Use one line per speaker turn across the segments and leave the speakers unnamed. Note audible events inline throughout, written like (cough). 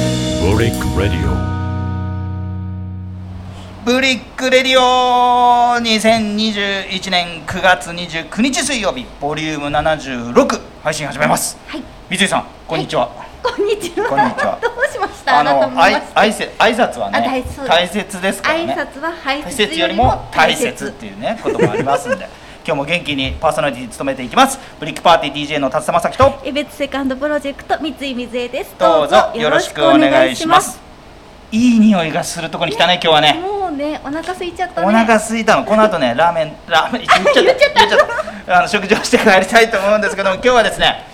リック・レディ
ブリックレディオ2021年9月29日水曜日ボリューム76配信始めます
はい。
三井さんこんにちは、
こんにちは。
こんにちは
どうしました。あなたも
あ
い
い
ま
挨
した
拶挨拶は
あ
ね
大そうです
大切ですから
挨
ね
拶は排
大
泄
切よりも大切っていうねこともあります (laughs) んで今日も元気にパーソナリティ務めていきますブリックパーティー DJ の達也正樹と
え別セカンドプロジェクト三井水江です。
どうぞよろしくお願いします。いい匂いがするとこに来たね今日はね
もうね、お腹空いちゃったね。
お腹空いたのこの後
(laughs)
ねラーメンラーメン言っちゃった
言っちゃった
あの食事をして帰りたいと思うんですけ
(laughs)
ども今日はですね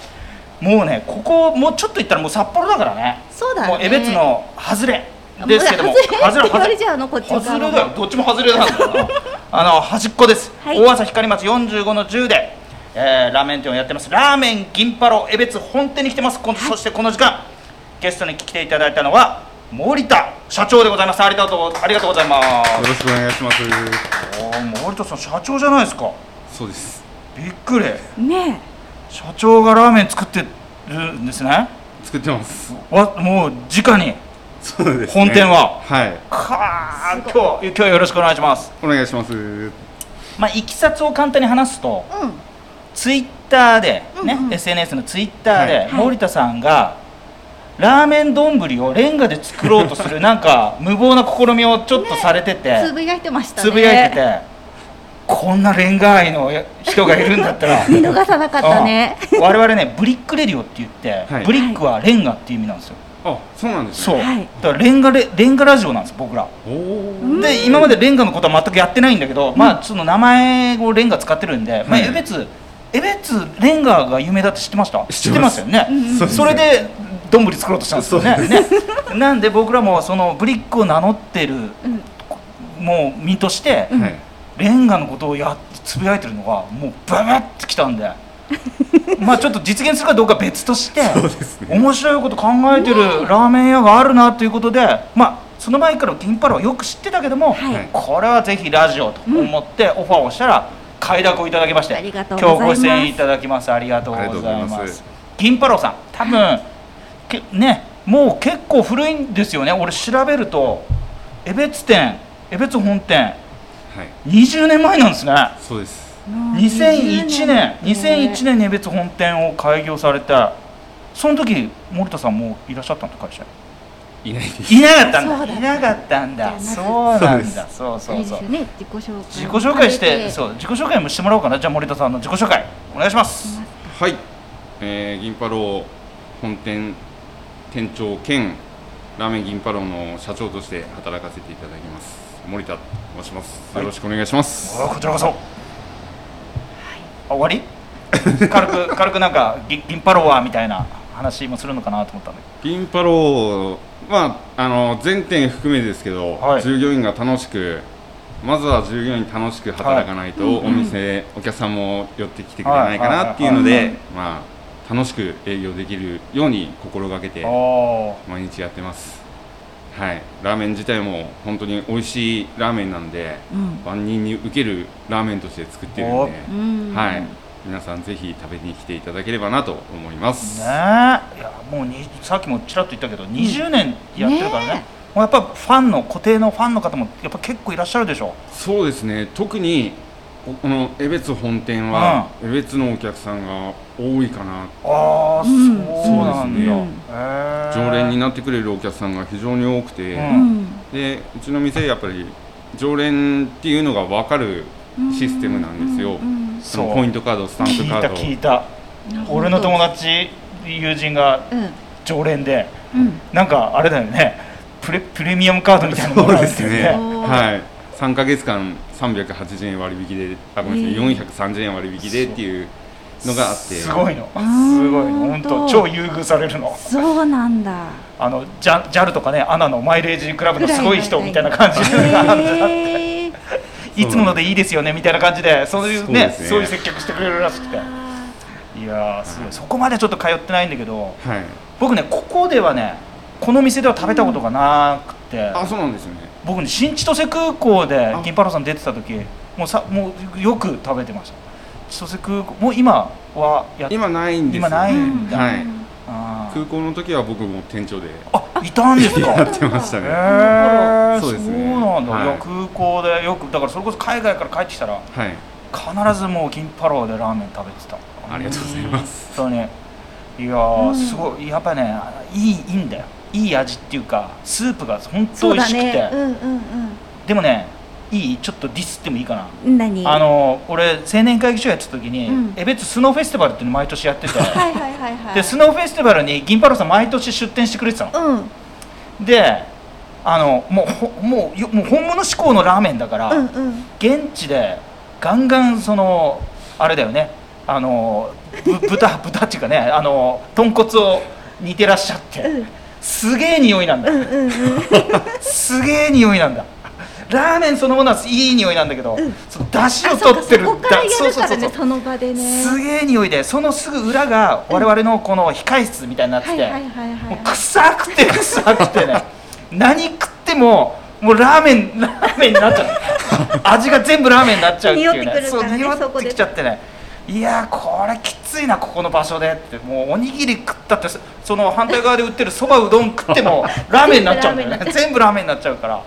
もうねここもうちょっと行ったらもう札幌だからね
そうだね
もう江別の外れですけども
もう外れって言われちゃうの
外れ
こっち側
外
も
れだよどっちも外れなんだ
(laughs)
よなあの端っこです、
はい
大朝光町45の10で、えーラーメン店をやってますラーメン銀パロ江別本店に来てます、こんそしてこの時間ゲストに来ていただいたのは森田社長でございますありがとうありがとうございます
よろしくお願いします。
ああ、森田さん社長じゃないですか。
そうです。
びっくり。
ね
社長がラーメン作ってるんですね。
作ってます。
わ、もう直に。
そうです、
本店は
はい。
かあ、今日今日はよろしくお願いします。
お願いします。
まあいきさつを簡単に話すと、
え、うん。
ツイッターでね、
うんうん
SNS のツイッターで、
はい
はい
森田さんがラーメン丼をレンガで作ろうとするなんか無謀な試みをちょっとされてて、
つぶやいてましたね。
つぶやいてて、こんなレンガ愛の人がいるんだったら。
見逃さなかったね。
うん我々ねブリックレディオって言って、
はい
ブリックはレンガっていう意味なんですよ、
あ、そうなんです
そう、
ね。
はい
だからレンガレレンガラジオなんです僕ら
そう。おお。
で今までレンガのことは全くやってないんだけど、まあその名前をレンガ使ってるんで、まあ
はい
エベツエベツレンガが有名だって知ってました
知ってます
よね、
んそうです
それでどんぶり作ろうとしたんですよね
そう
ねなんで僕らもそのブリックを名乗ってる
うん。
もう身として、
はい。
レンガのことをやつぶやいてるのがもうババッてきた
(laughs)
んでまあちょっと実現するかどうかは別として
そうですね
面白いこと考えてるラーメン屋があるなということでまあその前から銀パラはよく知ってたけども、
はい
これはぜひラジオと思ってオファーをしたら快諾をいただきまして
ありがと
今
う
日
ご
ご
ざいます
出演いただきますありがとうござい
ありがとうご
ま
ざいますす
銀パラさん多分けねもう結構古いんですよね俺調べると江別店江別本店
はい。
20年前なんですね
そうです。
もう
2001年2001
ね
年に江別本店を開業されてその時森田さんもういらっしゃったの会社
いないです。
いなかったん
そう
だ
だ
いなかったんだ
じゃ
そうな
そう
ん
です
だそう
あれ
そう
です
そ
よ
う
ね。自己紹介。
自己紹介して
う。
そう自己紹介もしてもらおうかなじゃあ森田さんの自己紹介お願いします
はい。えー、銀パロー本店店長兼ラーメン銀パローの社長として働かせていただきます。森田と申します。
はい
よろしくお願いします。
あこちらこそあ終わり軽く軽くなんか銀銀パロワーみたいな話もするのかなと思ったんだけ
銀パローまああの全店含めですけど、
はい
従業員が楽しくまずは従業員楽しく働かないと、お店、お客さんも寄ってきてくれないか
はいはいはい
なっていうの
はい
でまあ楽しく営業できるように心がけて
どおー
毎日やってますはいラーメン自体も本当に美味しいラーメンなんで
うん。
万人に受けるラーメンとして作ってるんで、
うん。
はい。皆さんぜひ食べに来ていただければなと思います、
ねえいやもうにさっきもちらっと言ったけど20年やってるからね,、
ね
もうやっぱファンの固定のファンの方もやっぱ結構いらっしゃるでしょ
そうですね特にここの江別本店は江別のお客さんが多いかな
ああ、
う
そう
ん
なんだ、
そう
ですね
へえ
常連になってくれるお客さんが非常に多くて、
う
うん。
でうちの店やっぱり常連っていうのが分かるシステムなんですよ、
うんうん
その
そう
ポイントカードスタン
聞
プ
い
カ
た
ード
聞いた俺の友達友人が
うん。
常連で
うん。
なんかあれだよねプレプレミアムカードみたいなのもらえて
そう
よ
ですね
ね
おー
はい3か月間380円割引であごめんなさい、
えー
430円割引でっていうのがあって
すごいの
ー
すごいの本当
本当
超優遇されるの
そうなんだ。
あの JAL JAL とかねアナのマイレージクラブのすごい人みたいな感じ
へ
のがあるんだ
え
(laughs)
ー。
いつものでいいですよねみたいな感じでそういう
そうで
ね
すね
そういう接客してくれるらしくていやーすごいそこまでちょっと通ってないんだけど
はい
僕ねここではねこの店では食べたことがなくて、
あそうなんですよね
僕ね新千歳空港で
あ
銀パロさん出てた時もうさもうよく食べてました千歳空港もう今はやっ
今ないんですよ、
今
ね、
ないんだ
はい
あー
空港の時は僕も店長で
あいたんですか
やってました
へ
ね。
ー
そうですね
そうなんだ、いや
はい
空港でよくだからそれこそ海外から帰ってきたら
はい、
必ずもう銀パローでラーメン食べてた
ありがとうございます。
本当にいやー、
うん
すごいやっぱねいいいいんだよいい味っていうかスープが本
そ
当
う
美味
だ
しくて、
ね。うんうん
でもねいいちょっとディスってもいいかな
うん。何？
あの俺青年会議所やってた時に、
うん
エベツスノーフェスティバルっていうの毎年やってて
はいはいはいはい。
でスノーフェスティバルに銀パローさん毎年出店してくれてたの
うんうん
であのもうほもうよもう本物志向のラーメンだから、
うん。
現地でガンガンそのあれだよねあのぶ豚 (laughs) 豚っていうかねあの豚骨を煮てらっしゃって、
うん
すげえ匂いなんだ、
うんうんうん。
すげえ匂いなんだラーメンそのものはいい匂いなんだけど、その出汁
あ
を取ってる
そうかそこからや
だそう
る
そう
から
そうそ
ね
う
その場でね。
すげえ匂いでそのすぐ裏が我々のこの控室みたいになってて、
はいはいはいは
もう
い。
臭くて臭くてね何食ってももうラーメンラーメンになっちゃう味が全部ラーメンになっちゃうっていうね
匂ってくるから
そ
ね
う
そ
匂っ
こ
て
で
きちゃってねいやーこれきついなここの場所でってもうおにぎり食ったってそその反対側で売ってるそばうどん食って
(laughs)
もラーメンになっちゃうんだよね全部ラーメンになっちゃうから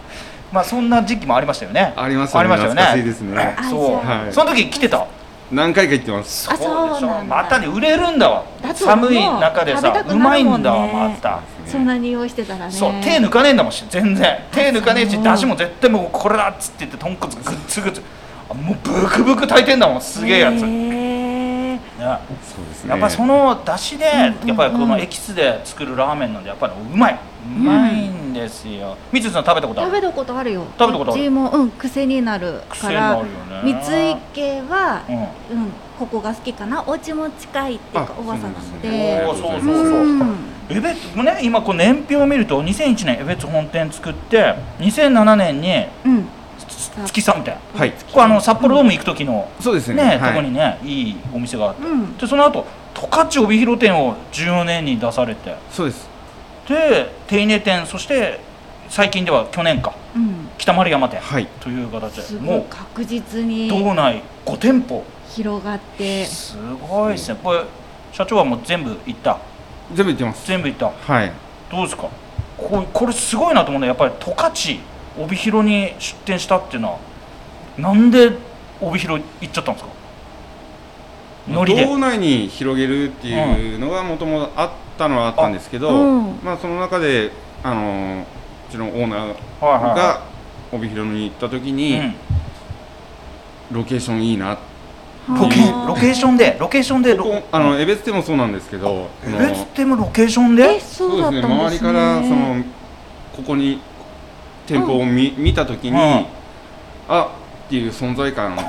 まあそんな時期もありましたよね
ありましたね。
ありましたよね
懐かしいですね。
あ
そう、
じゃ
あはい
その時来てた
何回か行ってます。
あそうなんだ
でしょまたね売れるんだわ
だと思う
寒い中で
食べ
さ
たく
う
なるもん
ま
ね
いんだわまた。
そんなに用意してたらね。
そう手抜かねえんだもんし全然手抜かねえし
そう
だしも絶対もうこれだっつって言って豚骨グッツグツあもうブクブク炊いてんだもんすげえやつ、ね
へー
そうですね。
やっぱそのだしで、
んうんうん
やっぱりこのエキスで作るラーメンなんでやっぱりうまいうまいんですよ三井さん食べたことあ
食
る
べたことあるよ。
食べたことある
うちもうん癖になる
癖
か
にな
ら
る。よ
三
ね
井家は
う、ん
うん、ここが好きかな。お家も近いっていうか
あ
おばさんな
ね
ので。
おーそうそ
う。
うそうんエベツもね今こう年表を見ると2001年エベツ本店作って2007年に
うん。
月3店
はい。
これあの札幌ドーム行く時の
そうですね。
ね
は
とこ
い
にねいいお店があって
うん。
でその後十勝帯広店を14年に出されて
そうです。
で手稲店そして最近では去年か
うん。
北丸山店
はい。
という形
す
で
ごい
も
確実
う道
に
内5店舗
広がって。
すごいですねこれ社長はもう全部行った
全部行ってます。
全部行った
はい。
どうですかこうこれすごいなと思うのはやっぱり十勝帯広に出店したっていうのはなんで帯広行っちゃったんですかノリで
道内に広げるっていうのがもともとあったのはあったんですけど、
あうん
まあその中であのうちのオーナー
はいはいは
が帯広に行った時
い
に、
うん
ロケーションいいな。
ロケ
はあ
ロケーションでロケーションで
こ
ロ
こあのエベツでもそうなんですけど、あの
えっつってもロケーション
え、
で
そうだったんですね。
周りからそのここに店舗を見,、見たときに、
うん
あっていう存在感を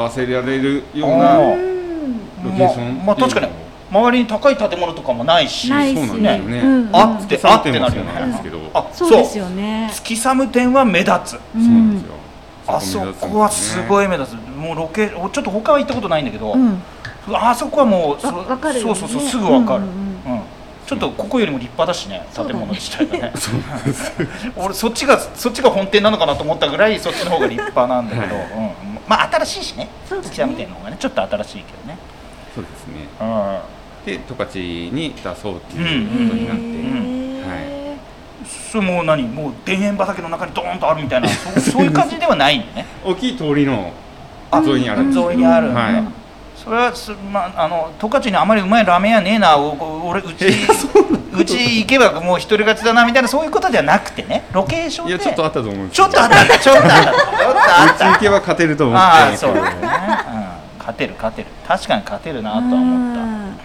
表せられるような
あ
ロ
うん
ケーション
まあまあ確かに周りに高い建物とかもないし
ないし
そうなんですよね
うんうん
あってあってな
な
る
る
よ
よ
ね
なんですけど、
あ
そうですよね。
月寒店は目立つ
う
そうなんですよ。
あそこはすご
い
い目立つもうロケおちょっと他は行ったことないんだけど、
うん。
あそこはもうそ
わわかるよ
そ
ね
うそうそうすぐわかる、
うんうん
うんちょっとここよりも立派だしね
そう
建
だね
物自体がね (laughs) 俺そっちがそっちが本店なのかなと思ったぐらいそっちの方が立派なんだけ (laughs) ど、うん、まあ新しいしね
そうだね
月寒店の方がねちょっと新しいけどね、
そうですね。
うん
で十勝に出そうっていうことになって、
へ
それもう何もう田園畑の中にドーンとあるみたいな (laughs) そうそういう感じではないんでね
大きい通りの
あ
沿いにあるんですけど、
沿いにあるんだ、
はい、
それはす、まあ、あの十勝にあまりうまいラーメン屋ねえなおお俺うちうち行けばもう独り勝ちだなみたいなそういうことじゃなくてねロケーション
い
で
やちょっとあったと思うんです
ちょっとあったちょっとあったちょっとあ
う
っ
ち
た
行けば勝てると思って
あ
たん
あ
ですけ
そう
ど
だね、うん、勝てる勝てる確かに勝てるなとは思ったうんうん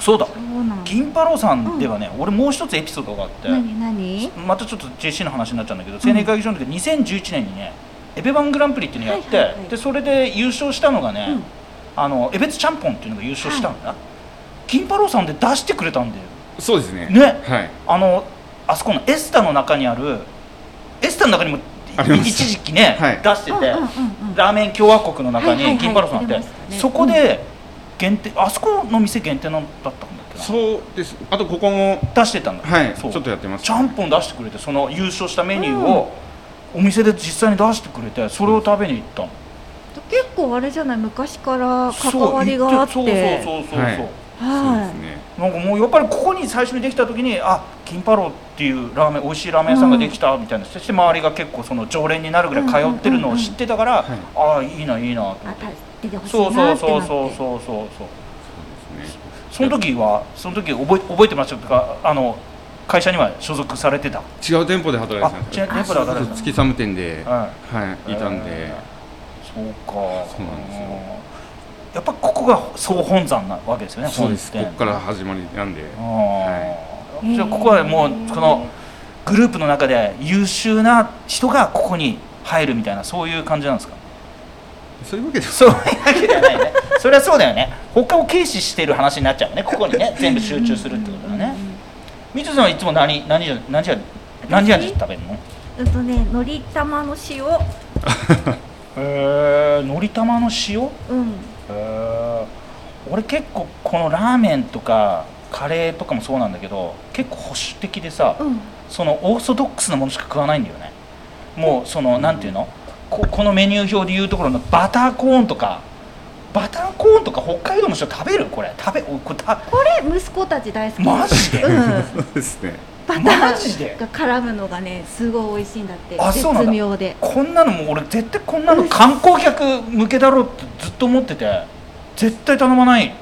そうだ
うんそうなんだ。
銀パロさんではね、俺もう一つエピソードがあって
何何？
またちょっと JC の話になっちゃうんだけど青年会議所の時2011年にねエベバングランプリっていうのやって、
はいはいはい
でそれで優勝したのがね、
うん
あのエベツちゃんぽんっていうのが優勝したんだ、金太郎さんで出してくれたんだよ
そうですね。
ね
はい。
あのあそこのエスタの中にあるエスタの中にも
ありました
一時期ね、
はい
出してて、
うんうんうんうん
ラーメン共和国の中
はいはいは
に
い
金太郎さんあって、
出てましたね
そこで限定、あそこの店限定なんだったんだっけな
そうです。あとここも
出してたんだ
はい、ち
そ
ょ
う
っとやってます。
ちゃんぽん出してくれてその優勝したメニューをお店で実際に出してくれてそれを食べに行ったの
結構あれじゃない昔から関わりがあって。
そう言ってそうそうそうそうそう、
はいそうです
は
ね。
なんかもうやっぱりここに最初にできた時にあ銀銀パロっていうラーメン美味しいラーメン屋さんができたみたいな、そして周りが結構その常連になるぐらい通ってるのを知ってたから、
うんうんう
あ
ん
あいいないいなと思
あ
って
た出てほし
そう
い
そ
な
う
ってな
そう
って
そうそうそうそう
そうですね
その時はその時覚え覚えてましたとかあの会社には所属されてた、
違う店舗で働いてたん
あ
です
違う
よ
店舗で
あ
働い
そう
て
月寒店で、
た、はい
はい、いたんで
え、ーそうか
そうなんですよ
やっぱここが総本山なわけですよね
そうですこ
本
こ
店
から始まりなんで、
あーじゃあここはもうこのグループの中で優秀な人がここに入るみたいなそういう感じなんですか
そういうわけです
そういうわけではないねそれはそうだよね他を軽視してる話になっちゃうねここに (laughs) ね全部集中するってことだねみつさんはいつも何何じ何時や何時や食べるの
うんとねのり玉の塩う
へえのり玉の塩
ん
へー俺結構このラーメンとかカレーとかもそうなんだけど結構保守的でさ、
うん
そのオーソドックスなものしか食わないんだよねもうそのなんていうのここのメニュー表でいうところのバターコーンとかバターコーンとか北海道の人食べるこれ食べおこれた
これ息子たち大好き
マジで
うん
そうですね
バタ
マジで
ーが絡むのがねすごい美味しいんだって
あそうなんだ
絶妙で
こんなのもう俺絶対こんなの観光客向けだろうってずっと思ってて絶対頼まない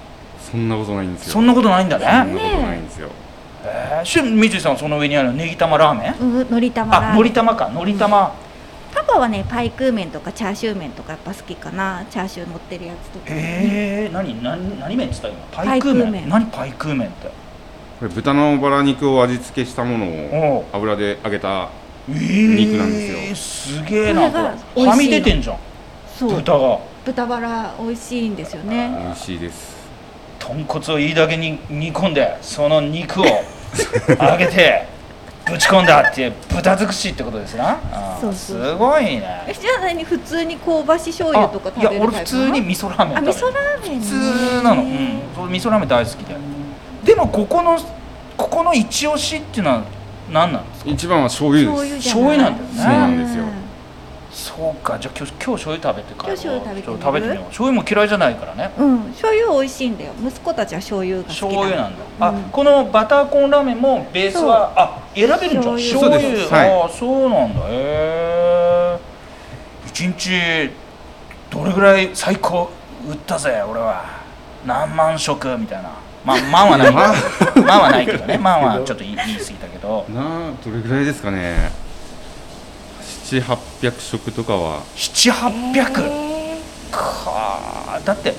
そんなことないんですよ
そんなことないんだ
そん
ね
なことないんですよ、
えーし三井さんその上にあるネギ玉ラーメン
うんのり玉
あ
ラ
の
ーメ
り
ン
玉かのり玉、
パパはねパイクー麺とかチャーシュー麺とかやっぱ好きかなチャーシュー乗ってるやつとか
ええー、何何何麺っつった今パイクー
パイクー
麺
麺
何パイクー麺って
これ豚のバラ肉を味付けしたものを
おう
油で揚げた
えー、
肉なんです
よすげえな
これが
これ
美
は
味
み
しいの
出てんじゃん
そう
豚が
豚バラ美味しいんですよ
美
ね
味しいです
豚骨をいいだけに煮込んでその肉
(laughs)
を揚げてぶち込んだっていう豚尽くしってことですなあー
そうそう
すごいね
えじゃあ何普通に香ばし醤油とか
あい
食
や
べるタイプ
俺普通に味噌ラーメン
あ
食べ
味
る
噌ラーメンね
普通なの、うん、そう味噌ラーメン大好きででもここのここの一押しっていうのは何なんですか
一番は醤油
醤油
です
じゃない
醤油なんだよねそう
なんですよ
そうかじゃあ今日今日醤油食べてから
今日醤油食べてみる
ちょっと食べてみよう醤油も嫌いじゃないからね
うん醤油美味しいんだよ息子たちは醤油が好きだ
醤油なんだ、
うん
あこのバターコーンラーメンもベースはあ選べるんじゃん
醤
醤
油
油
そうですはい
あそうなんだへえ一日どれぐらい最高売ったぜ俺は何万食みたいなまあ万はない
(laughs)
万はないけどね万はちょっと言い言い過ぎたけど
なあどれぐらいですかね7800食とかは
700800
へー
かだって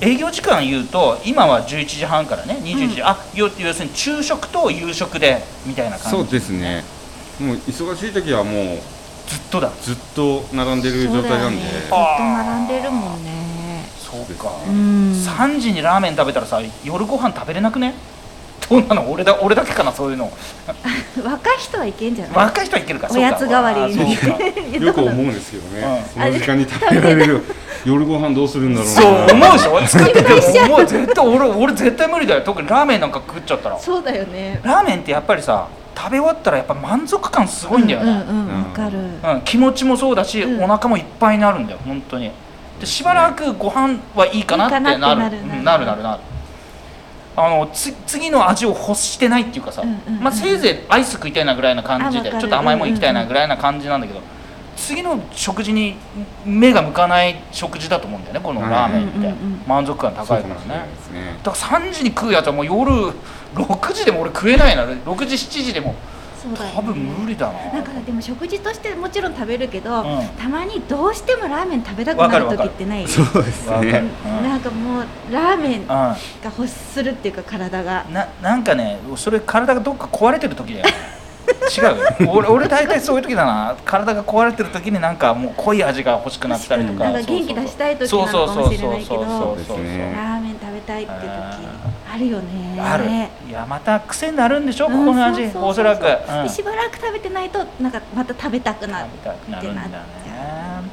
営業時間言うと今は11時半からね21時、あ要要するに昼食と夕食でみたいな感じ
そうですねもう忙しい時はもう
ずっとだ
ずっと並んでる
そう
状
だ
態な
よ
ん
ね
で
ずっと並んでるもんね
そうか、
うん
3時にラーメン食べたらさ夜ご飯食べれなくねどうなの俺だ俺だけかなそういうの
若い人はいけんじゃない
若い人はいけるから
おやつ代わり
そう
に
か
(laughs)
よく思うんですけどね、
うん
その時間に食べられる夜ご飯どうするんだろうな
そう思うでしょ
(laughs)
作ってても思う絶対俺俺絶対無理だよ特にラーメンなんか食っちゃったら
そうだよね
ラーメンってやっぱりさ食べ終わったらやっぱ満足感すごいんだよね、
うんうんうんわかる
うん、気持ちもそうだし、
うん
お腹もいっぱいになるんだよ本当にでしばらくご飯はいいかなって
いいかな
な
って
る
なる
うん
な
なる
る
なるなるあのつ次の味を欲してないっていうかさ、
うんうんうんうん
まあ、せいぜいアイス食いたいなぐらいな感じで
あ
ち
わか
ょ
る
っと甘いもん行きたいなぐらいな感じなんだけど、次の食事に目が向かない食事だと思うんだよねこのラーメンって、
うんうんうん
満足感
そ
高
う
いか
かも
ら
しれない
ね
ですね
だから3時に食うやつはもう夜6時でも俺食えないな6時7時でも
そうだよね
多分無理だな
なんかでも食事としてもちろん食べるけど、
うん
たまにどうしてもラーメン食べたく
わか
な
る
る
わか
時
る
ってない
そうです
わかる
ね
なんかもうラーメンが
うん
欲するっていうか体が
ななんかねそれ体がどっか壊れてる時だよね違うよ俺俺大体そういう時だな体が壊れてる時になんかもう濃い味が欲しくなったりとか
確かになんか元気出したい時なのかもしれないけど
そうそうそうそうそうそう
そうですね
ラーメン食べたいって時
あ
あるよね
あるいやまた癖になるんでしょ、
うん
ここの味
そうそうそうそう
おそらく、うん
でしばらく食べてないとなんかまた食べたくなる
食べたくなるんだ
ってな
ね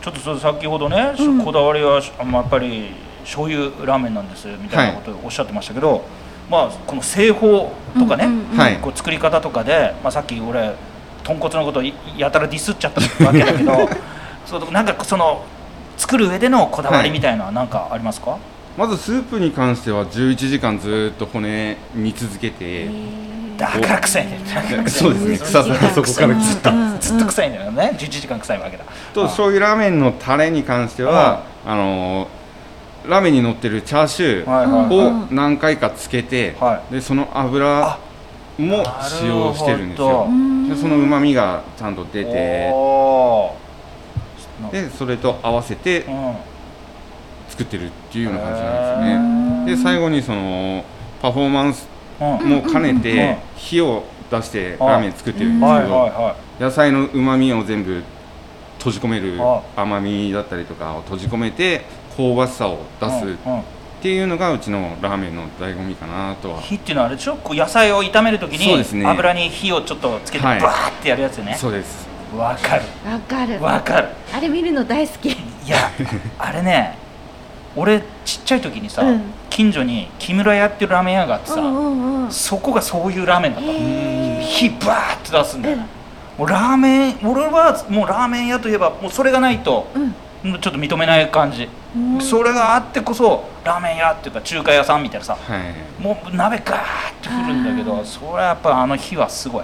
っ
ちょっとそれ先ほどね、
うん
こだわりはあまあやっぱり醤油ラーメンなんですみたいなことをおっしゃってましたけど、まあこの製法とかね、
うんうんうん
はい
こう作り方とかで、まあ、さっき俺豚骨のことをやたらディスっちゃったわけだけ
(laughs)
どそうなんかその作る上でのこだわりみたいな何かありますか、
まずスープに関しては11時間ずっと骨煮続けて
へー
だから臭いんだよだから臭いんだよ
(laughs) そうですね草津はそこからずっと
うん
(laughs) ずっと臭いんだよね11時間臭いわけだ
と醤油ラーメンのタレに関してはあのーラーメンに乗ってるチャーシュ
はいはいはい
ーを何回かつけて、
は
でその油も
あ
使用してるんですよ
うん
でそのうまみがちゃんと出て
おー
でそれと合わせて
うん
作ってるっていうような感じなんですよねで最後にそのパフォーマンス
うん
も兼ね
うんうんうん
て火を出してラーメン作ってるんです
はい
け
はい
ど
は
野菜のうまみを全部閉じ込める
あ
甘みだったりとかを閉じ込めて香ばしさを
い
出すっ
うんうん
ていうのがうちのラーメンの醍醐味かなとは
火っていうのはあれでしょこう野菜を炒めるとき
そうです
に
ね
油に火をちょっとつけてバ
はい
ーってやるやつね
そうです
わかる
わかる
わかる
あれ見るの大好き
いや
(laughs)
あれね俺ちっちゃい時にさ
うん
近所に木村屋っていうラーメン屋があって
うん
さ
うんうん
そこがそういうラーメンだったの
へ
火バーって出すんだよ
うん
もうラーメン俺はもうラーメン屋といえばもうそれがないと
ーうん
もうちょっと認めない感じ
うん
それがあってこそラーメン屋っていうか中華屋さんみたいなさ
はい
もう鍋ガーってくるんだけ
あ
ど
ー
それはやっぱあの日はすごい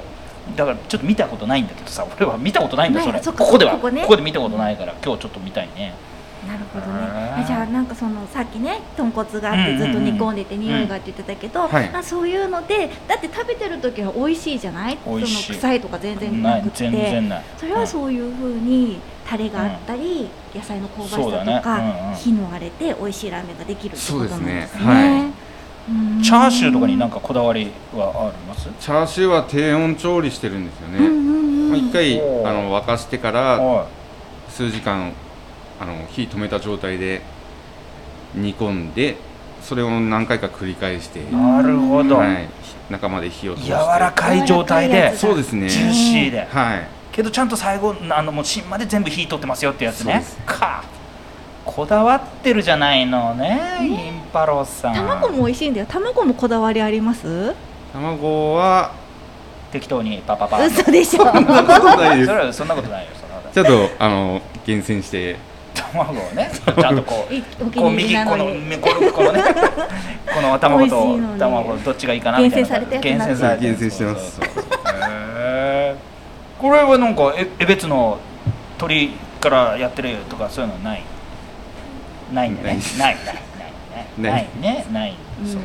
だからちょっと見たことないんだけどさ俺は見たことないんだよそ
な
れ
いそっか
ここでは
ここね
で見たことないから今日ちょっと見たいね
なるほど
へ
ね
ー。
じゃあなんかそのさっきね豚骨があっ
う
て
んうん
ず
うん
っと煮込んでて匂いがって言ってたけど、
うんはい
あそういうのでだって食べてる時は美味しいじゃない？
美味しい
その臭いとか全然
な
ないくって。
全然ない
それは
う
そういう風にタレがあったり、野菜の香ばしさ
そうだ
と
ね
か、
うんうん
火の荒れて美味しいラーメンができるってことなんです
そうですねは
ね。うん
んチャーシューとかになんかこだわりはあります
チャーシューは低温調理してるんですよ
うんう
ね
ん
ま
う
あ
ん
一回
おー
あの沸かしてから
は
数時間あの火止めた状態で煮込んでそれを何回か繰り返して、
いなるほど
はい、中まで火を通して
柔らかい状態
柔らかいや
で
つだ
そうですね
ジューシーで
はい
けどちゃんと最後あのもう芯まで全部火取ってますよってやつ
そう
ね
です
かこだわってるじゃないのねインパロさん
卵も美味しいんだよ。卵もこだわりあります？
卵は (laughs)
適当にパパパ
嘘
(laughs)
でしょ。
そんなことないです
それはそんなことないよそんなことない
ちょっとあの厳選して
卵をねちゃんとこう
いお気
こう
に入り
右
な
こ
の
の
に。
このこの
(laughs)
ねこの卵
美味し
と
いのに
卵どっちがいいかなみたいな感じで
厳選
されたやつ
厳選されたやつ
そ
そうそうそうへーこれはなんかえ江別の鳥からやってるとかそういうのないないんだ
ない
ね
です
ないないな
ないい
ないねない
うん
そうそう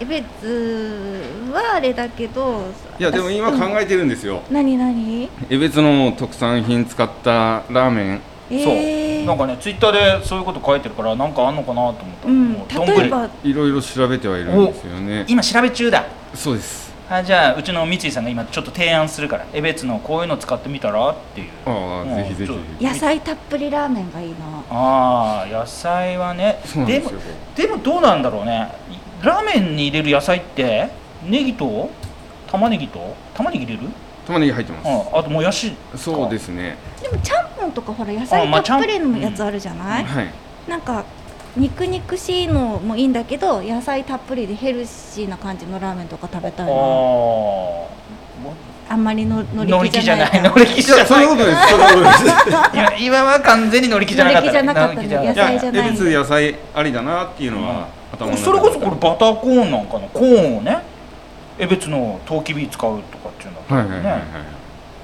エベツはあれだけど。
いやでも今考
え。
えてるんですよ
何何？
江別の特産品使ったラーメン
そうそうなんかねツイッターでそういうこと書いてるからなんかあんのかなと思った
う
も
ん。
うどんぐ
例え
り
ば。
いろいろ調べてはいるんですよね
今調べ中だ
そうです
あじゃあうちの三井さんが今ちょっと提案するから江別のこういうの使ってみたらっていう
ああぜひぜひ
うん
野菜たっぷりラーメンがいいな。
ああ野菜はね
そうなん
で
です
も
よ
でもどうなんだろうねラーメンに入れる野菜ってネギと玉ねぎと玉ねぎ入れる、
玉ねぎ入ってます
うん、あともやし
そうですすね
でもちゃんぽんとかほら野
あまあ
菜
ちゃ
た
ん
っぷりのやつあるじゃない？
はい
なんか肉肉しいのもいいんだけど野菜たっぷりでヘルシーな感じのラーメンとか食べた
あ
い
あ
な。あんまりの
乗
乗
り
り
気
気
じ
じ
ゃ
ゃ
な
ないい。
(laughs) 乗り気じ
いや
ゃ
そん
な
ないことないですそんなことないで
(laughs)
す
今今は完全に乗り気じゃなかった、
乗り気じゃなかったね
乗り気じゃなかっ
いや
野菜じゃない
江別野菜ありだなっていうのは頭の中で
それこそこれバターコーンなんかのコーンをねえ別のトウキビ使うとかっていうのは、ね
はいはいはいはい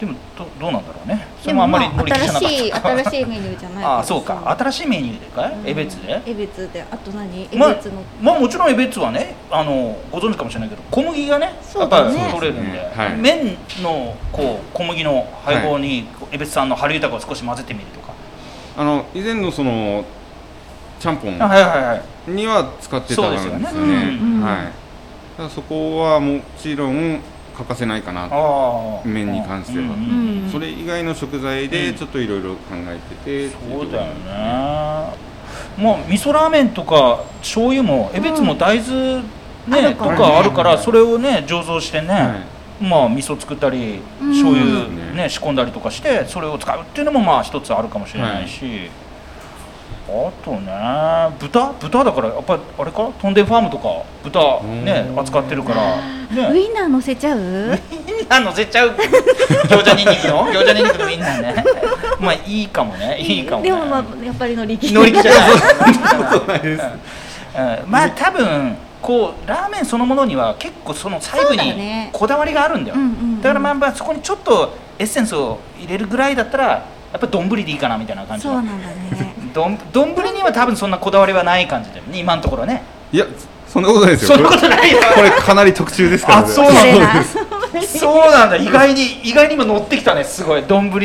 でもどどうなんだろうねそ
で
れもあ
も
んまり
まあ
乗り気じゃなか
新
った
し
(laughs)
い新しいメニューじゃないら
ああそうか新しいメニューでかい江別で
エベツであと何エベ
まあ
ツの、
まあもちろん江別はねあのご存知かもしれないけど小麦がねや
そ
っ
う
ぱ
だね
り取れるんで、
そうですねはい
麺のこう小麦の配合にこう江別さんの春豊を少し混ぜてみるとか、
あの以前のそのちゃんぽん
あはいはいはい
には使ってたんですよね
そうですよね
うんうん
はい、だからそこはもちろん欠かせないかなと
ああ
麺に関しては
うんうん
う
うん
ん、
それ以外の食材
う
で
ん
ちょっといろいろ考えてて、
そうだよねまあ味噌ラーメンとか醤油も江別も大豆ね、
ある
と
からね
かあるからそれをね醸造してね、
はい
まあ味噌作ったり
うん
醤油
ね
ね仕込んだりとかしてそれを使うっていうのもまあ一つあるかもしれないし、あとね豚豚だからやっぱりあれかトンデンファームとか豚ね
うん
扱ってるから
ウ
ね
インナー乗せちゃう
みんな乗せちゃ (laughs) う餃子ニンニクの餃子ニンニクのみんな (laughs) ねまあいいかもねいいかもね
でもまあやっぱり乗り気
乗り気じゃない
そうなんです
うんまあ多分こうラーメンそのものには結構その細部
そうだ
に
ね
こだわりがあるんだよ
うんうんうん
だからまあまあそこにちょっとエッセンスを入れるぐらいだったらやっぱ丼でいいかなみたいな感じ
そう
の
なんだね
丼丼には多分そんなこだわりはない感じだよね今のところね
いやそんなことないですよ
そんなことないよ
これこれかなり特注ですから
あそう
綺
なんだ
麗
そう
な
そうなんだ意外に意外に今乗ってきたねすごい丼の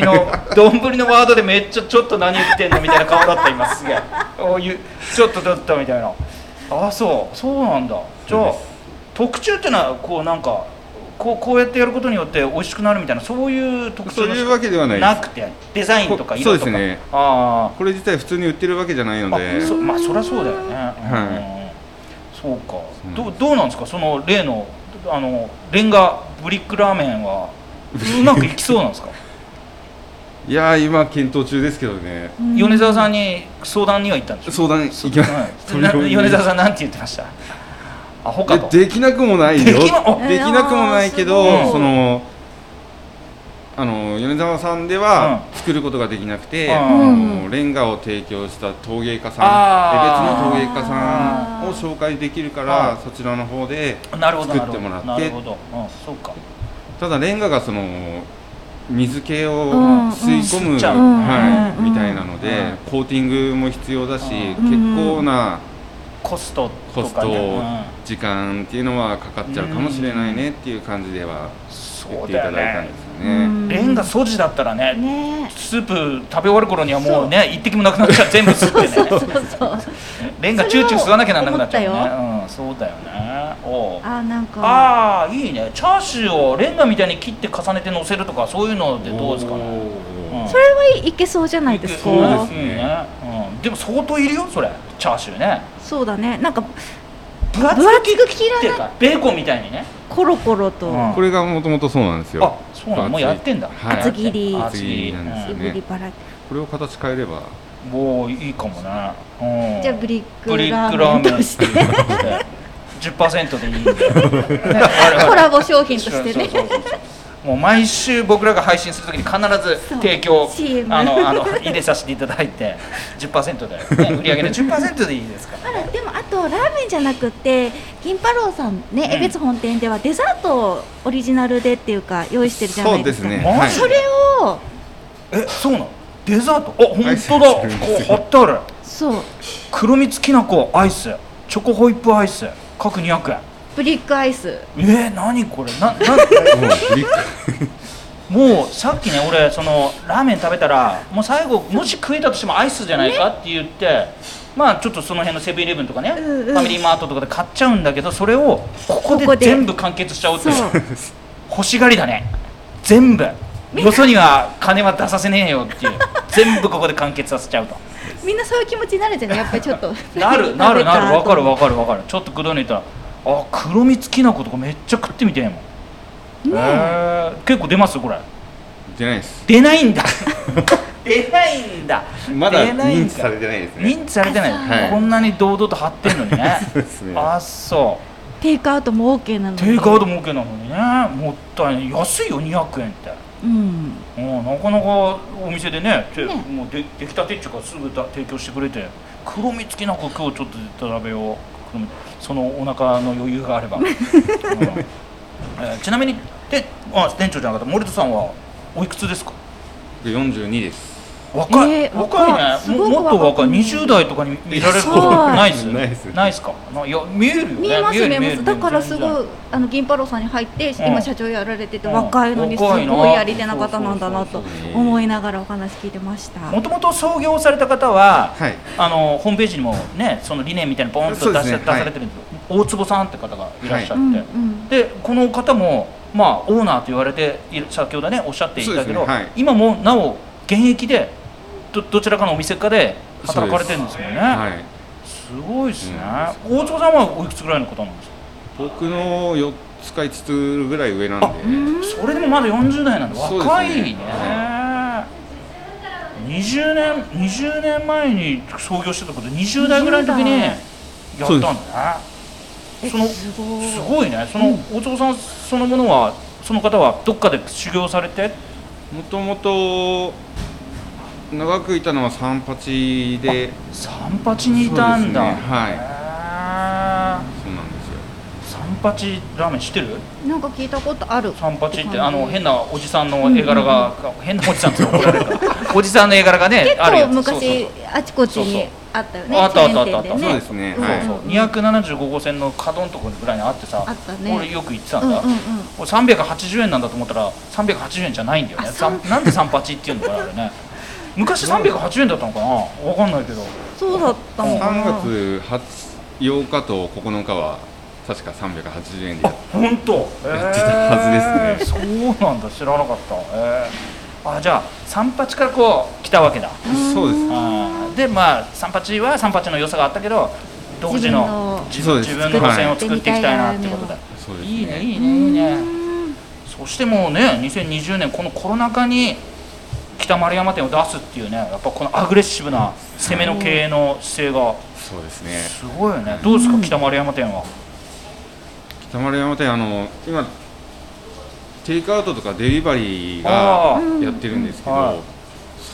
丼のワードでめっちゃちょっと何言ってんのみたいな顔だった今すげえおゆちょっとちょっとみたいなあそうそうなんだじゃ
そう
あ
です
特注っていうのはこうなんかこうこうやってやることによって美味しくなるみたいなそういう特
そ
徴
ういうわけではない
な
で
く
す
てデザインとか
こ
色とか
そうですね
あ
これ自体普通に売ってるわけじゃない
ー
ので
あそまあそりゃそうだよね、
は
うんそうか
うん
どうどうなんですかその例のあのレンガブリックラーメンはうまくいきそうなんですか
いやー今検討中ですけどね
うん
(laughs) 米沢さんに相談には行ったんでしょ
相談行きま
は
す
い、な米沢
ん
さんなんて言ってましたアホかと
できなくもないよ
できなあ
できなくもないけ
い
やーすご
ど
い
そのあの米沢さんでは作ることができなくて、
うん
あのレンガを提供した陶芸家さ
あ
ん
ー
江別の陶芸家さんを紹介できるか
あ
らそちらの方で
なるほどなる
作っ
ほ
て
ど
もらって
なるほど、うん、そうか
ただレンガがその水気を
うん
吸い込む、
吸っちゃう
はい
うん
みたいなので、コーティングも必要だし、
うん
結構な
コストと
コス
かね、う
ト
ん
時間っていうのはかかっちゃうかもしれないねっていう感じでは言
そ
っ
う
てい
だ
ただ
よ
いたん
ね
ですよ
う
ね。
ん
レンガ素地だったらね
ね
スープ食べ終わる頃にはもうね一滴もなくなっちゃう全部吸ってね
そうそう
レンガチューチュー吸わなきゃなんなくなっちゃ
それ
うねうんそうだよねおう
あなんか
ああいいねチャーシューをレンガみたいに切って重ねて乗せるとかそういうのでどうですかね
おー
うん
それはいいけそうじゃないですか
そう
です
ですね、うん、でも相当いるよそれチャーシューね
そうだねなんか
分厚
分
く
厚
切
く切
って
ら
る
ない
かベーコンみたいにね
コロコロと
うん
これがもともとそうなんですよ
あ。そうなのもうやってんだ、
はい
厚切り
厚切り
厚切りなんです
い
よ
う
ね
ぶりバラ
これを形変えれば
んもういいかもね、うん、
じゃあブリッ
ブ
ク
リッ
ラ
ク
ー
ラー
メ
メ
ン
ン
として
(laughs) 10%でいいん
(laughs)
で、ね
(laughs) コラボ商品としてね
そうそうそうそうもう毎週僕らが配信するときに必ず
そう
提供
CM
あのあの入れさせていただいて10%で、ね、
(laughs)
売り上げの10%でいいですから
あらでもあとラーメンじゃなくって銀パローさんね
うん
江別本店ではデザートをオリジナルでっていうか用意してるじゃないですか
そうですね。
マ
は
ジ
それを
えそうなのデザートあ本当だ
アイス
こう貼ってある
そう
黒蜜きなこアイスチョコホイップアイス各200円
ブリックアイス
えー、何これなな
い。もうびっく
もうさっきね俺そのラーメン食べたらもう最後もし食えたとしてもアイスじゃないかって言って、まあちょっとその辺のセブンイレブンとかね、
うんう
フ
ん
ァミリーマートとかで買っちゃうんだけどそれをここで
ここで
全部完結しちゃおうって
そ
いうう欲しがりだね全部よそには金は出させねえよっていう全部ここで完結させちゃうと
(laughs) みんなそういう気持ちになるじゃないやっぱりちょっと
な
(laughs)
るなるなるわかるわ
か
かるわかるちょっとくどいたらあ黒蜜きな粉とかめっちゃ食ってみてえもん、
ね
へえ結構出ますこれ
り出ないです。
出ないんだ (laughs) 出ないんだ
まだ
出ないん
認知されてないですね。
認知されてない、
はい
こんなに堂々と張ってんのにね
(laughs) そうですね
あそ
テイクアウトも OK なの
う
で
テイクアウトも OK なのにねもったいない安いよ200円って
うん
うんなかなかお店でねて
ね
もうで出来たてっちゅうかすぐだ提供してくれて黒蜜きなこ今日ちょっと食べよう黒蜜そのお腹の余裕があれば、うんえーちなみにであ店長じゃなかった森田さんはおいくつですか
四十二です。
若い、
えー
若い
若いす
ね
ご
も
く
もっと若い
若い
20代とかに見られることないですよ
ない
ね
です
ないですかないや見えるよね
見えます
る
見えます
る
だからす
全然
ごいあの銀パロさんに入って
うん
今社長やられてて
うん
若いのにすご
若
い
いな
やり手な方なんだな
そう
と
そうそうそう
思いながらお話聞いてました
もともと創業された方は、
はい。
あのホームページにもねその理念みたいなのボン
そ
と
う
出
で
して、
すね
出さ
は
れ
い
てるんですよ大坪さんって方がいらっしゃって、
うんうん
でこの方もまあオーナーと言われている先ほどねおっしゃっていたけど、
そうですねはい
今もなお現役でどどちらかのお店かで働かれてるんですもんねす,、
はい。
ごいですね、大坪さんはおいくつぐらいの方なんですか
僕の四つか五つぐらい上なんで。
それでもまだ40代なんで
そうですね
若いね
は
20年20年前に創業してたこと20代ぐらいの時に
20
や
代
ったんだね
え
その
すごい
すごいねその大坪さんそのものはその方はどっかで修行されて
もともと長くいたのは三八で。
三八にいたんだ
そうですねはい
へー
そうなんですよ。
八ラーメン知ってる
なんか聞いたことある
三八ってあの変
な
なおじさんの絵柄が、変なおじさんって怒られるから
(laughs)
おじさんの絵柄がね
結
あるや
構
つそうそう
昔あちこち
そうそう
にあったよね
あったあったあった
チェーン店
そうですね、
うん
はい
そうそう275号線の角のところぐらいにあってさ
あったね
俺よく行ってた
うんんうん
だ、
うん
俺380円なんだと思ったら380円じゃないんだよね
あそう
さんなんで38っていうのかなあれね昔380円だったのかなわかんないけど
そうだったのかな
3月8日と9日は確か380円でやっ
本当
やってたはずです
ね、えーそうなんだ知らなかった、えー、あじゃあ38からこう来たわけだ
そうです
あーでまあ38は38の良さがあったけど独自の
自
自
分
分自
の
分の路線を作っていきたいなってことだ、
そうですね
いいねいいねいいねそしてもうね2020年このコロナ禍に北丸山店を出すっていうねやっぱこのアグレッシブな攻めの経営の姿勢が
そうですね
すごいよねどうですか北丸山店は
北丸山店あの今テイクアウトとかデリバリー
あ
が
ー
やってるんですけど、
はい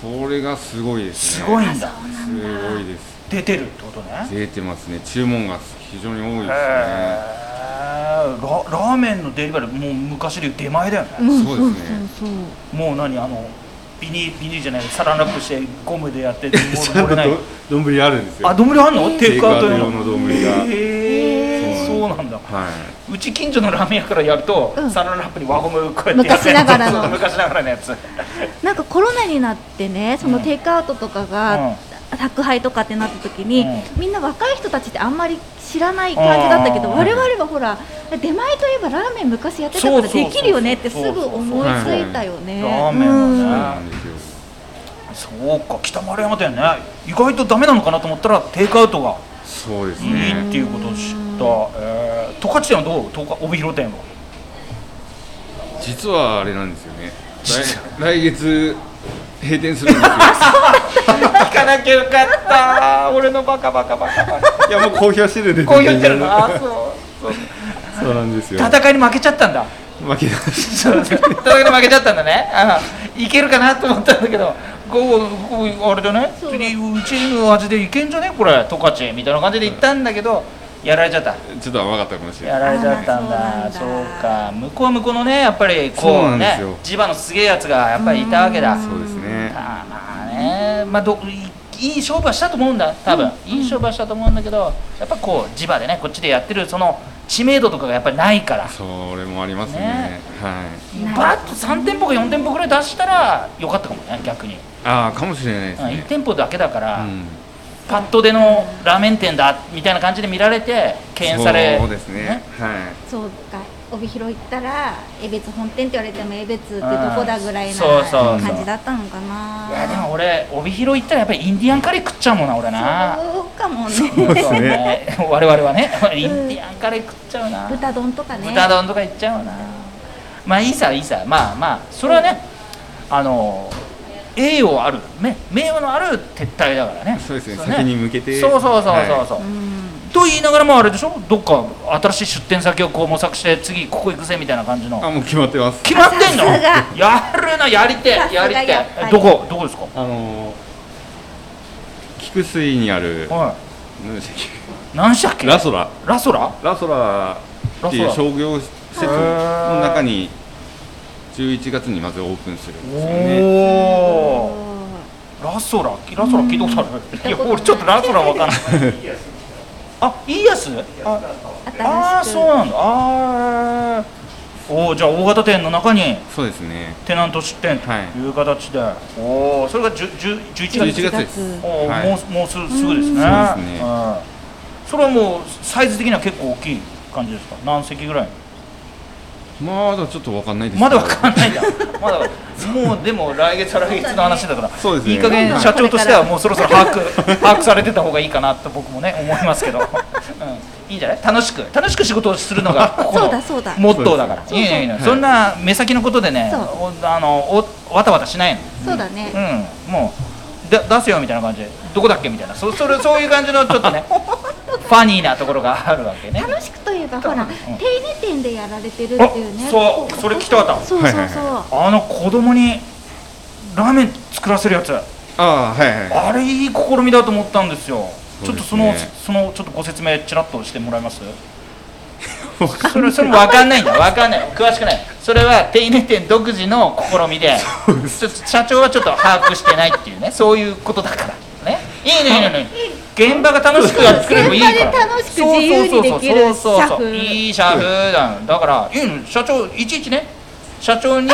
それがすごいです
す
ね
ごいんだ
すごいです
出てるってことね
出てますね注文が非常に多
へ
いですね、
えララーメンのデリバリーもう昔でいう出前だよね、
そうですね
そうそう
もう何あのビニビニじゃないサランラップしてゴムでやって
そ
もう漏れ
れ
ない
のどんぶりあるんですよ
あ丼あんの、
えー
テイクアウト用
テイクアウト用
の
の丼が
へえ
そう
そう
な
なんだ
は
うち近所のラーメン屋からやると、
うん
サランラップに輪ゴムこうやってやって
昔ながらの
そうそう (laughs) 昔ながらのやつ
なんかコロナになってねそのテイクアウトとかが、宅配とかってなった時に、
う
みんな若い人たちってあんまり知らない感じだったけど
あー
我々はほら出前といえばラーメン昔やってたから
そうそうそう
で
そう
きるよねってすぐ思いついたよね。
はいはいラーメンは
うん
い、そうなんですよ
そうか北丸山店ね意外とダメなのかなと思ったらテイクアウトが
そうです
いい
ね
っていうことを知った、えー、十勝店はどう十勝帯広店は
実はあれなんですよね来来月閉店するんですよ
(laughs) 聞かなきゃよかった俺のバカバカバカバカ
いやもう公表してるんで
こう言ってるのあーそうそう
そうなんですよ
戦いに負けちゃったんだ
負けまし
そう戦いに負けちゃったんだねあいけるかなと思ったんだけどこうこうあれだね
そう
次うちの味でいけんじゃねこれ十勝みたいな感じで行ったんだけどやられちゃった
たちょっと甘かったかもしれ
や
ない
られちゃったん
あ
だ
ら
そ
そう
う
なんだ
か向こうは向こうのねやっぱり
そう
こ
な
うん
で
ね
すよ
地場のすげえやつがやっぱりいたわけだ
そうですね
あまあねまあどいいい勝負はしたと思うんだ多分、いい勝負はしたと思うんだけどやっぱこう地場でねこっちでやってるその知名度とかがやっぱりないから
それもありますね
ね
はい
バッと3店舗か4店舗ぐらい出したらよかったかもね逆に、
ああかもしれないです
うん1
ね
店舗だけだから、
うん
パッと出のラーメン店だみたいな感じで見られて敬遠され
そうですねは
そうか帯広行ったら江別本店って言われても江別ってどこだぐらいな
そうそうそう
感じだったのかない
やでも俺帯広行ったらやっぱりインディアンカレー食っちゃうもんな俺な
そうかも
う
ね
ですね
(laughs) 我々はねインディアンカレー食っちゃうな、
豚丼とかね
豚丼とか行っちゃうなまあいいさいいさまあまあそれはねあの栄誉あるね名誉のある撤退だからね
いそうですね先に向けて
そうそうそうそうそう、
うん
と言いながらもあれでしょどっか新しい出店先をこう模索して次ここ行くぜみたいな感じの
はいあもう決まってます
決まってんの
さすが
やるなやりて
さすが
やりて
やっぱり
どこどこですか
あのー菊水にある
は
何でしたっ
い何したっ
け
け
ラソラ
ラソラ
ラソラっていう
ラソ
商業施設の中に11月にまずオープンするん
お
ですよね
おラソララソラ聞いたことあるいや俺ちょっとラソラわかんないあいいやつああー
新し
そう
く
なんだあーおおじゃあ大型店の中に
そうですね
テナント出店と
はい
いう形で、おおそれが10 10 11
11
月
月です
おお、
はい
もうもうすすぐですね
そうですね
うんそれはもうサイズ的には結構大きい感じですか何席ぐらい
まだちょっとわかんないですけ
ま
ど
だわかんないんだまだもうでも来月再来月の話だから
そうですね
いい加減
はい
社長としてはもうそろそろ把握把握されてた方がいいかなと僕もね思い
(laughs)
ますけど、うん、いいんじゃない楽しく楽しく仕事をする
(laughs)
のがここ
そう
の
だそうだ
モットーだから
そうそう
いいねいいね
はい
そんな目先のことでね
そう
おあのおわたわたしないの
そうだね
うんもうだ出すよみたいな感じでどこだっけみたいなそそれそういう感じのちょっ
(laughs)
とねファニーなところがあるわけね
楽しくといえばほ
う
ら
ん
手入れ店でやられてるっていうね
あそうそれ聞きたかった
そうそう
はい
そう
は
あの子供にラーメン作らせるやつ
ああはいはい
あれいい試みだと思ったんですよ。ちょっとその
そうですね
(laughs) そのちょっとご説明ちらっとしてもらえます？それそれ分かんないんだ分かんない詳しくないそれは手稲店独自の試みでちょっと社長はちょっと把握してないっていうねそういうことだからねいいねいいねいいね現場が楽しくやってくればいいから
現場で楽しく自由にできる
そうそうそうそう
社風
いい社風だだからいいの社長いちいちね社長に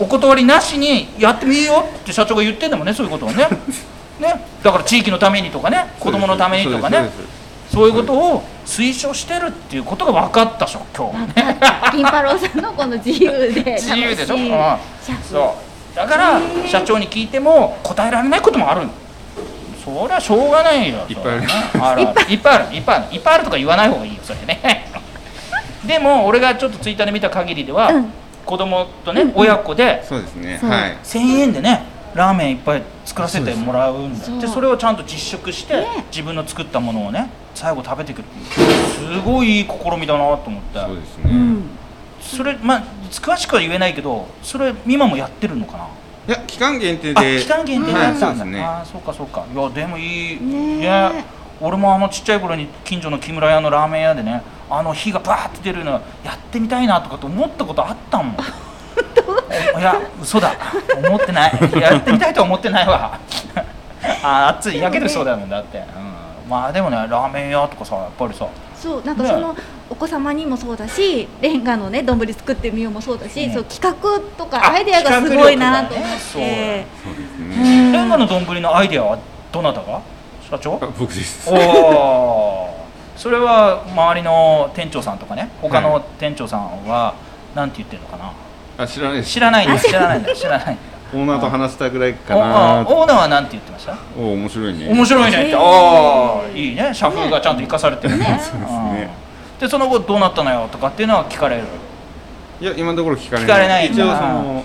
お断りなしにやってもいいよって社長が言ってんだもんねそういうことをねねだから地域のためにとかね (laughs) 子供のためにとか
そうで
ね
すそうです
そういうことを推奨してるっていうことが分かったでしょ今日ね
金太郎さんのこの自由で
自由でしょ
楽い
うん
社風
そうだから社長に聞いても答えられないこともあるそりゃしょうがないよ
いっぱいあ
そりゃ
る
ねあるあるいっぱいあるいっぱいあるいっぱいあるとか言わない方がいいよそれね (laughs) でも俺がちょっとツイッターで見た限りでは、
うん
子供とね、親子で
そうですね。
そう
はい。
1000円でねラーメンいっぱい作らせてもらうんだ
そ
っ
うで
て
す
それをちゃんと実食して、
ね
自分の作ったものをね最後食べてくるすごいいい試みだなと思って
そうです
う
ね。
ん
それまあ詳しくは言えないけどそれ今もやってるのかない
や期間限定
あ
で。
期間限定
は
だ
い、
った
そうんで
だ、
すね。
あーそうかそうかいやでもいい
ねえ
ね俺もあのちっちゃい頃に近所の木村屋のラーメン屋でねあの火がバーって出るのやってみたいなとかと思ったことあったもんいや嘘だ思ってないやってみたいとは思ってないわ (laughs) あ熱いやけどしそうだもんだって、うん、まあでもねラーメン屋とかさやっぱりさ
そうなんかそのお子様にもそうだしレンガのね丼作ってみようもそうだし、
うん
そう企画とか
あ
アイデアがすごいなと思っ
企画
て
力、
そうです
う
ね。
ん
レンガの丼のアイデアはどなたが社長
あ僕です。
おおそれは周りの店長さんとかね他
は
の
い
店長さんはなんて言ってるのかな、
あ知らないです。
知らないんだ知らないんだ知らないんだ
オーナーと話したぐらいか
おあ
なー。
オーナーはなんて言ってました
お面白いね。
面白いねって
へー
ああいいね社風がちゃんと生かされてるね
ね
そうですね
うんでその後どうなったのよとかっていうのは聞かれる
いや今のところ聞かれ
聞かれな
ない。
い
一応
うん
その
うん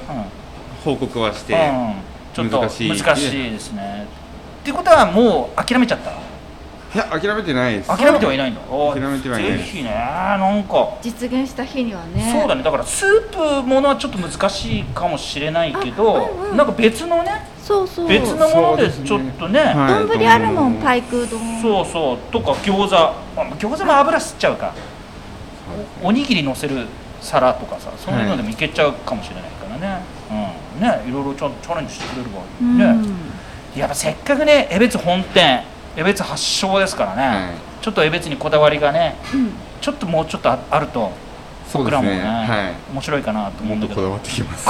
報告はして。
うんちょっと難
難
し
し
い
い
ですねっていうことはもう諦めちゃった
いや諦めてないです。
諦めてはいないんだお
諦めてはいない
ぜひねなんか
実現した日にはね
そうだねだからスープものはちょっと難しいかもしれないけど、
あうんうん
なんか別のね
そうそう
別のもの
そう
で
ですね
ちょっとね
はい
丼あるもんパイク丼
そうそうとか餃子あ餃子も油吸っちゃうか
そうですね
おおにぎり乗せる皿とかさそういうのでもいけちゃうかもしれないからね、うんねいろいろちょっとチャレンジしてくれれば
う
いいね、
ん
やっぱせっかくね江別本店江別発祥ですからね、
はい
ちょっと江別にこだわりがね
うん
ちょっともうちょっとああると
そう
僕
で
ら
す
もね
ね。は
面白いかなと思
い。も
うんだ
っと
けど
こだわってきます。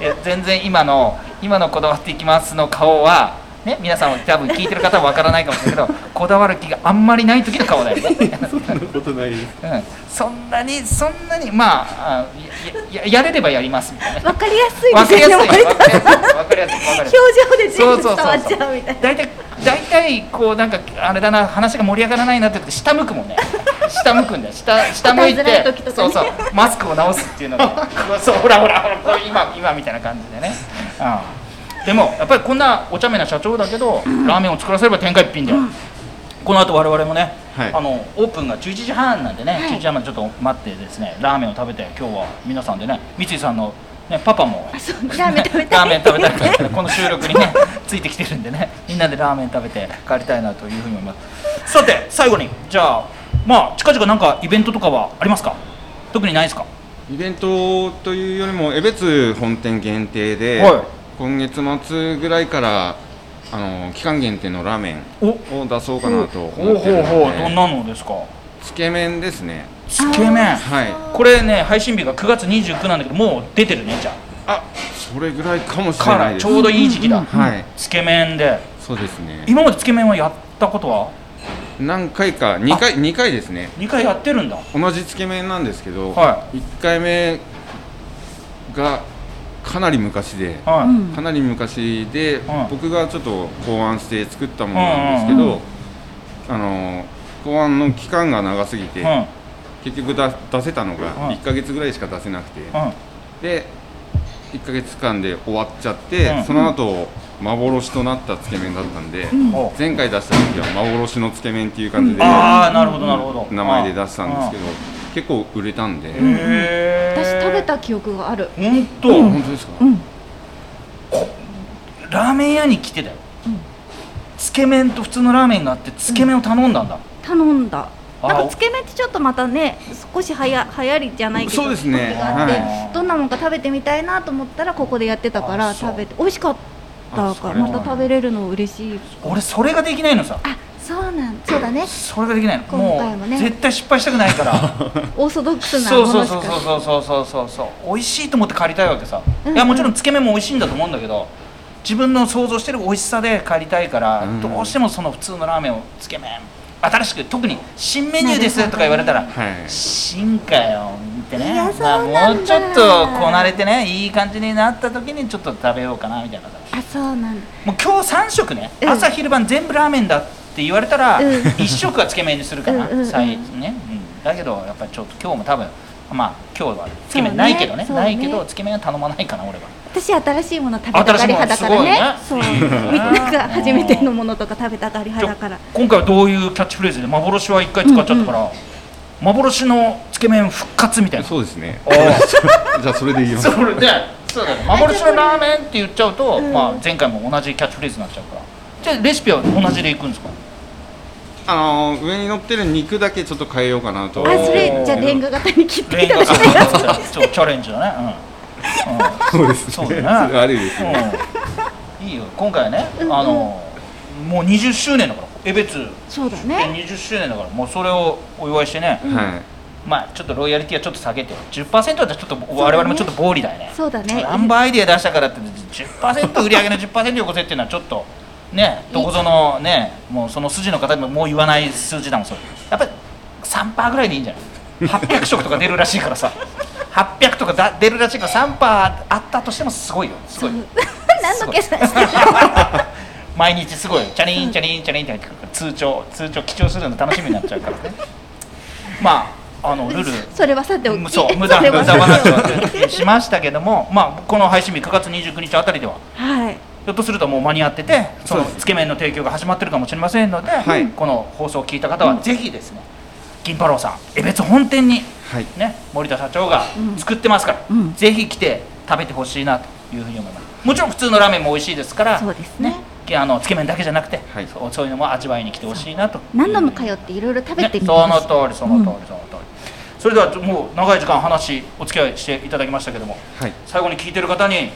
いや全然今の今のこだわっていきますの顔はね皆さんも多分聞いてる方はわからないかもしれないけどこだわる気があんまりない時の顔だよね、
そんなことないです。
うん、そんなにそんなにまああやややれればやりますみたい
(laughs)
な
わかりやすい
わかり
です
や
ね
すいわかり
割
や
と
すいわかりやすいわかりやすい
表情で全
そう
部
そうそう
伝わっ
そう
ちゃうみたいな
大体大体こうなんかあれだな話が盛り上がらないなって時下向くもんね下向くんだよ下下向いて
答えづらい時とか
そう
ね
そうマスクを直すっていうのがそうほらほらほらこう今今みたいな感じでね、うん、でもやっぱりこんなお茶目な社長だけどラーメンを作らせれば天下一品だよ、この後我々もね、
はい
あのオープンが11時半なんでね、
はい
11時半までちょっと待ってですねラーメンを食べて今日は皆さんでね三井さんの、ね、パパも
そうラーメン食べたい
ラーメン食べたいから
(laughs)
この収録にねついてきてるんでねみんなでラーメン食べて帰りたいなというふうに思いますさて最後にじゃあまあ近々なんかイベントとかはありますか特にないですか
イベントというよりも江別本店限定で、
はい
今月末ぐらいからあの期間限定のラーメン
お
を出そうかなと
ほう
思って
ほ
る
う
の
ほう
で
どんなのですか
つけ麺ですね
つけ麺
はい
これね配信日が9月29なんだけどもう出てるねじゃ
あそれぐらいかも
あ
しれ
か
ない
ら
です
ちょうどいい時期だ
はい
つけ麺で
そうですね
今までつけ麺はやったことは
何回か2回二回ですね
2回やってるんだ
同じつけ麺なんですけど、
は
一1回目がかなり昔で、
はい、
うん
かなり昔で、
うん
僕がちょっと考案して作ったものなんですけど、
うんうん
あの考案の期間が長すぎて、
うんうん
結局だ出せたのが
うん
1ヶ月ぐらいしか出せなくて、で1ヶ月間で終わっちゃって、
うん
その後幻となったつけ麺だったんで、
お
前回出した時は幻のつけ麺っていう感じで、
ああなるほどなるほど
名前で出したんですけど、結構売れたんで、
ん
へー
私食べた記憶がある
本当、
本当ですか、
うん
ラーメン屋に来てだよ、
うん
つけ麺と普通のラーメンがあってつけ麺を頼んだんだ、
頼んだ
あ
なんかつけ麺ってちょっとまたね少しはや流行りじゃないけど
そうですね
時があって、
はい
どんなもんか食べてみたいなと思ったらここでやってたか
あ
ら
そう
食べて美味しかった
あそ
か
れ
ら
は
また食べれるの嬉しい
俺それができないのさ
あそうなんそうだね
それができないの
今回もね
う絶対失敗したくない
(laughs)
から
オーソドックスな
そう
も
そう
のし
そう
か
そうそうそうそうそう美味しいと思って借りたいわけさ、
うんうん
いやもちろんつけ麺も美味しいんだと思うんだけど自分の想像してる美味しさで借りたいから、
うん
どうしてもその普通のラーメンをつけ麺新しく特に新メニューですとか言われたら
はい
進化よってね
いやそうなんだ
まあ、もうちょっとこなれてねいい感じになった時にちょっと食べようかなみたいなさ
あそうなんだ
もう今日3食ね、
うん
朝昼晩全部ラーメンだって言われたら、
うん
1食はつけ麺にするかな
うんうんうん
最ね、うん、だけどやっぱりちょっと今日も多分まあ今日はつけ麺ないけどね
そうね
ないけ
そう
ど
ね
つけ麺は頼まないかな俺は
私新しいもの食べたがり派だからね
新しい
そう
ものすごいね
み
いいね
なんか初めてのものとか食べたがり
じゃ
派だから
あ今回はどういうキャッチフレーズで幻は1回使っちゃったから、幻のつけ麺復活みたいな
そうですね
おー
じゃあそれで言います
それでそうだね幻のラーメンって言っちゃうと、
うん
まあ、前回も同じキャッチフレーズになっちゃうからじゃあレシピは同じでいくんですか
あのー上に乗ってる肉だけちょっと変えようかなと
おー
あそれじゃあレンガ型に切って
レ
い
ン
た
ガ
だき
さ
た
ん
い
ちょっとチャレンジだねうん、うん
そうですね
そうだね
れありですね
うんいいよ今回はね、
うんうん
あのもう20周年だから江別で
そうだね
20周年だからもうそれをお祝いしてね、
はい
まあちょっとロイヤリティはちょっと下げて10%だったらちょっと我々もちょっと暴利だよね
そうだね
ランバーアイデア出したからって10%売り上げの10%よこせっていうのはちょっとねどこぞのねもうその筋の方にももう言わない数字だもんそれやっぱり3%ぐらいでいいんじゃない800食とか出るらしいからさ800とかだ出るらしいから3%あったとしてもすごいよすごいよ
何の計算してる
毎日すごいチャリンチャリンチャリンって入ってくるから通帳通帳記帳するの楽しみになっちゃうからねまああのルル
それはさておき
そう無駄
それ
無
は
駄
さておき
話をしましたけども、まあ、この配信日9月29日あたりでは
はい
ひょっとするともう間に合っててその
そうです
つけ麺の提供が始まってるかもしれませんので、
はい
この放送を聞いた方はぜひですね、銀太郎さん江別本店に、
はい
ね、森田社長が作ってますから、
うん
ぜひ来て食べてほしいなというふうに思いますもちろん普通のラーメンも美味しいですから
そうですね
ねあのつけ麺だけじゃなくて、
はい
そうそういうのも味わいに来てほしいなと
何度も通っていろいろ食べてみ
ね
て
そ
ほしい
の通りその通りその通り、それではもう長い時間話お付き合いしていただきましたけども
はい
最後に聞いてる方に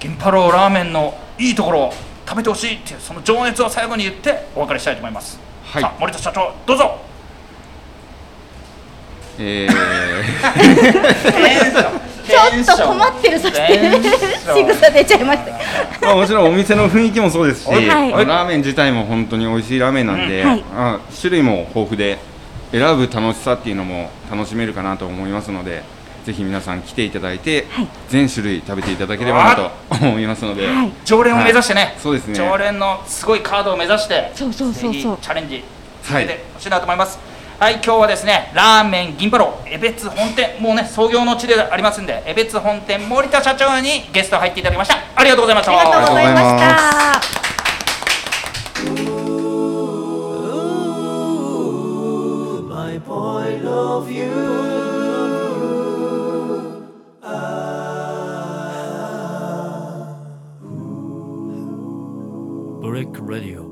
銀パローラーメンのいいところを食べてほしいっていうその情熱を最後に言ってお別れしたいと思います、
はい
さあ森田社長どうぞ
えー (laughs)
ちょっと困ってるそして仕草出ちゃいました
まあもちろんお店の雰囲気もそうですし、
はい
はい
ラーメン自体も本当に美味しいラーメンなんで、
うん
はい
あ種類も豊富で選ぶ楽しさっていうのも楽しめるかなと思いますのでぜひ皆さん来ていただいて、
はい
全種類食べていただければなと思いますので、
はい
常連を目指してね、
いそうですね
常連のすごいカードを目指して
そうそうそうそう
ぜひチャレンジ続けてほしいなと思いますはい、今日はですねラーメン銀パロ江別本店もうね創業の地でありますんで江別本店森田社長にゲスト入っていただきましたありがとうございまし
あ
た
りがとうございま
ありがとうご
した
ブレック・ラディオ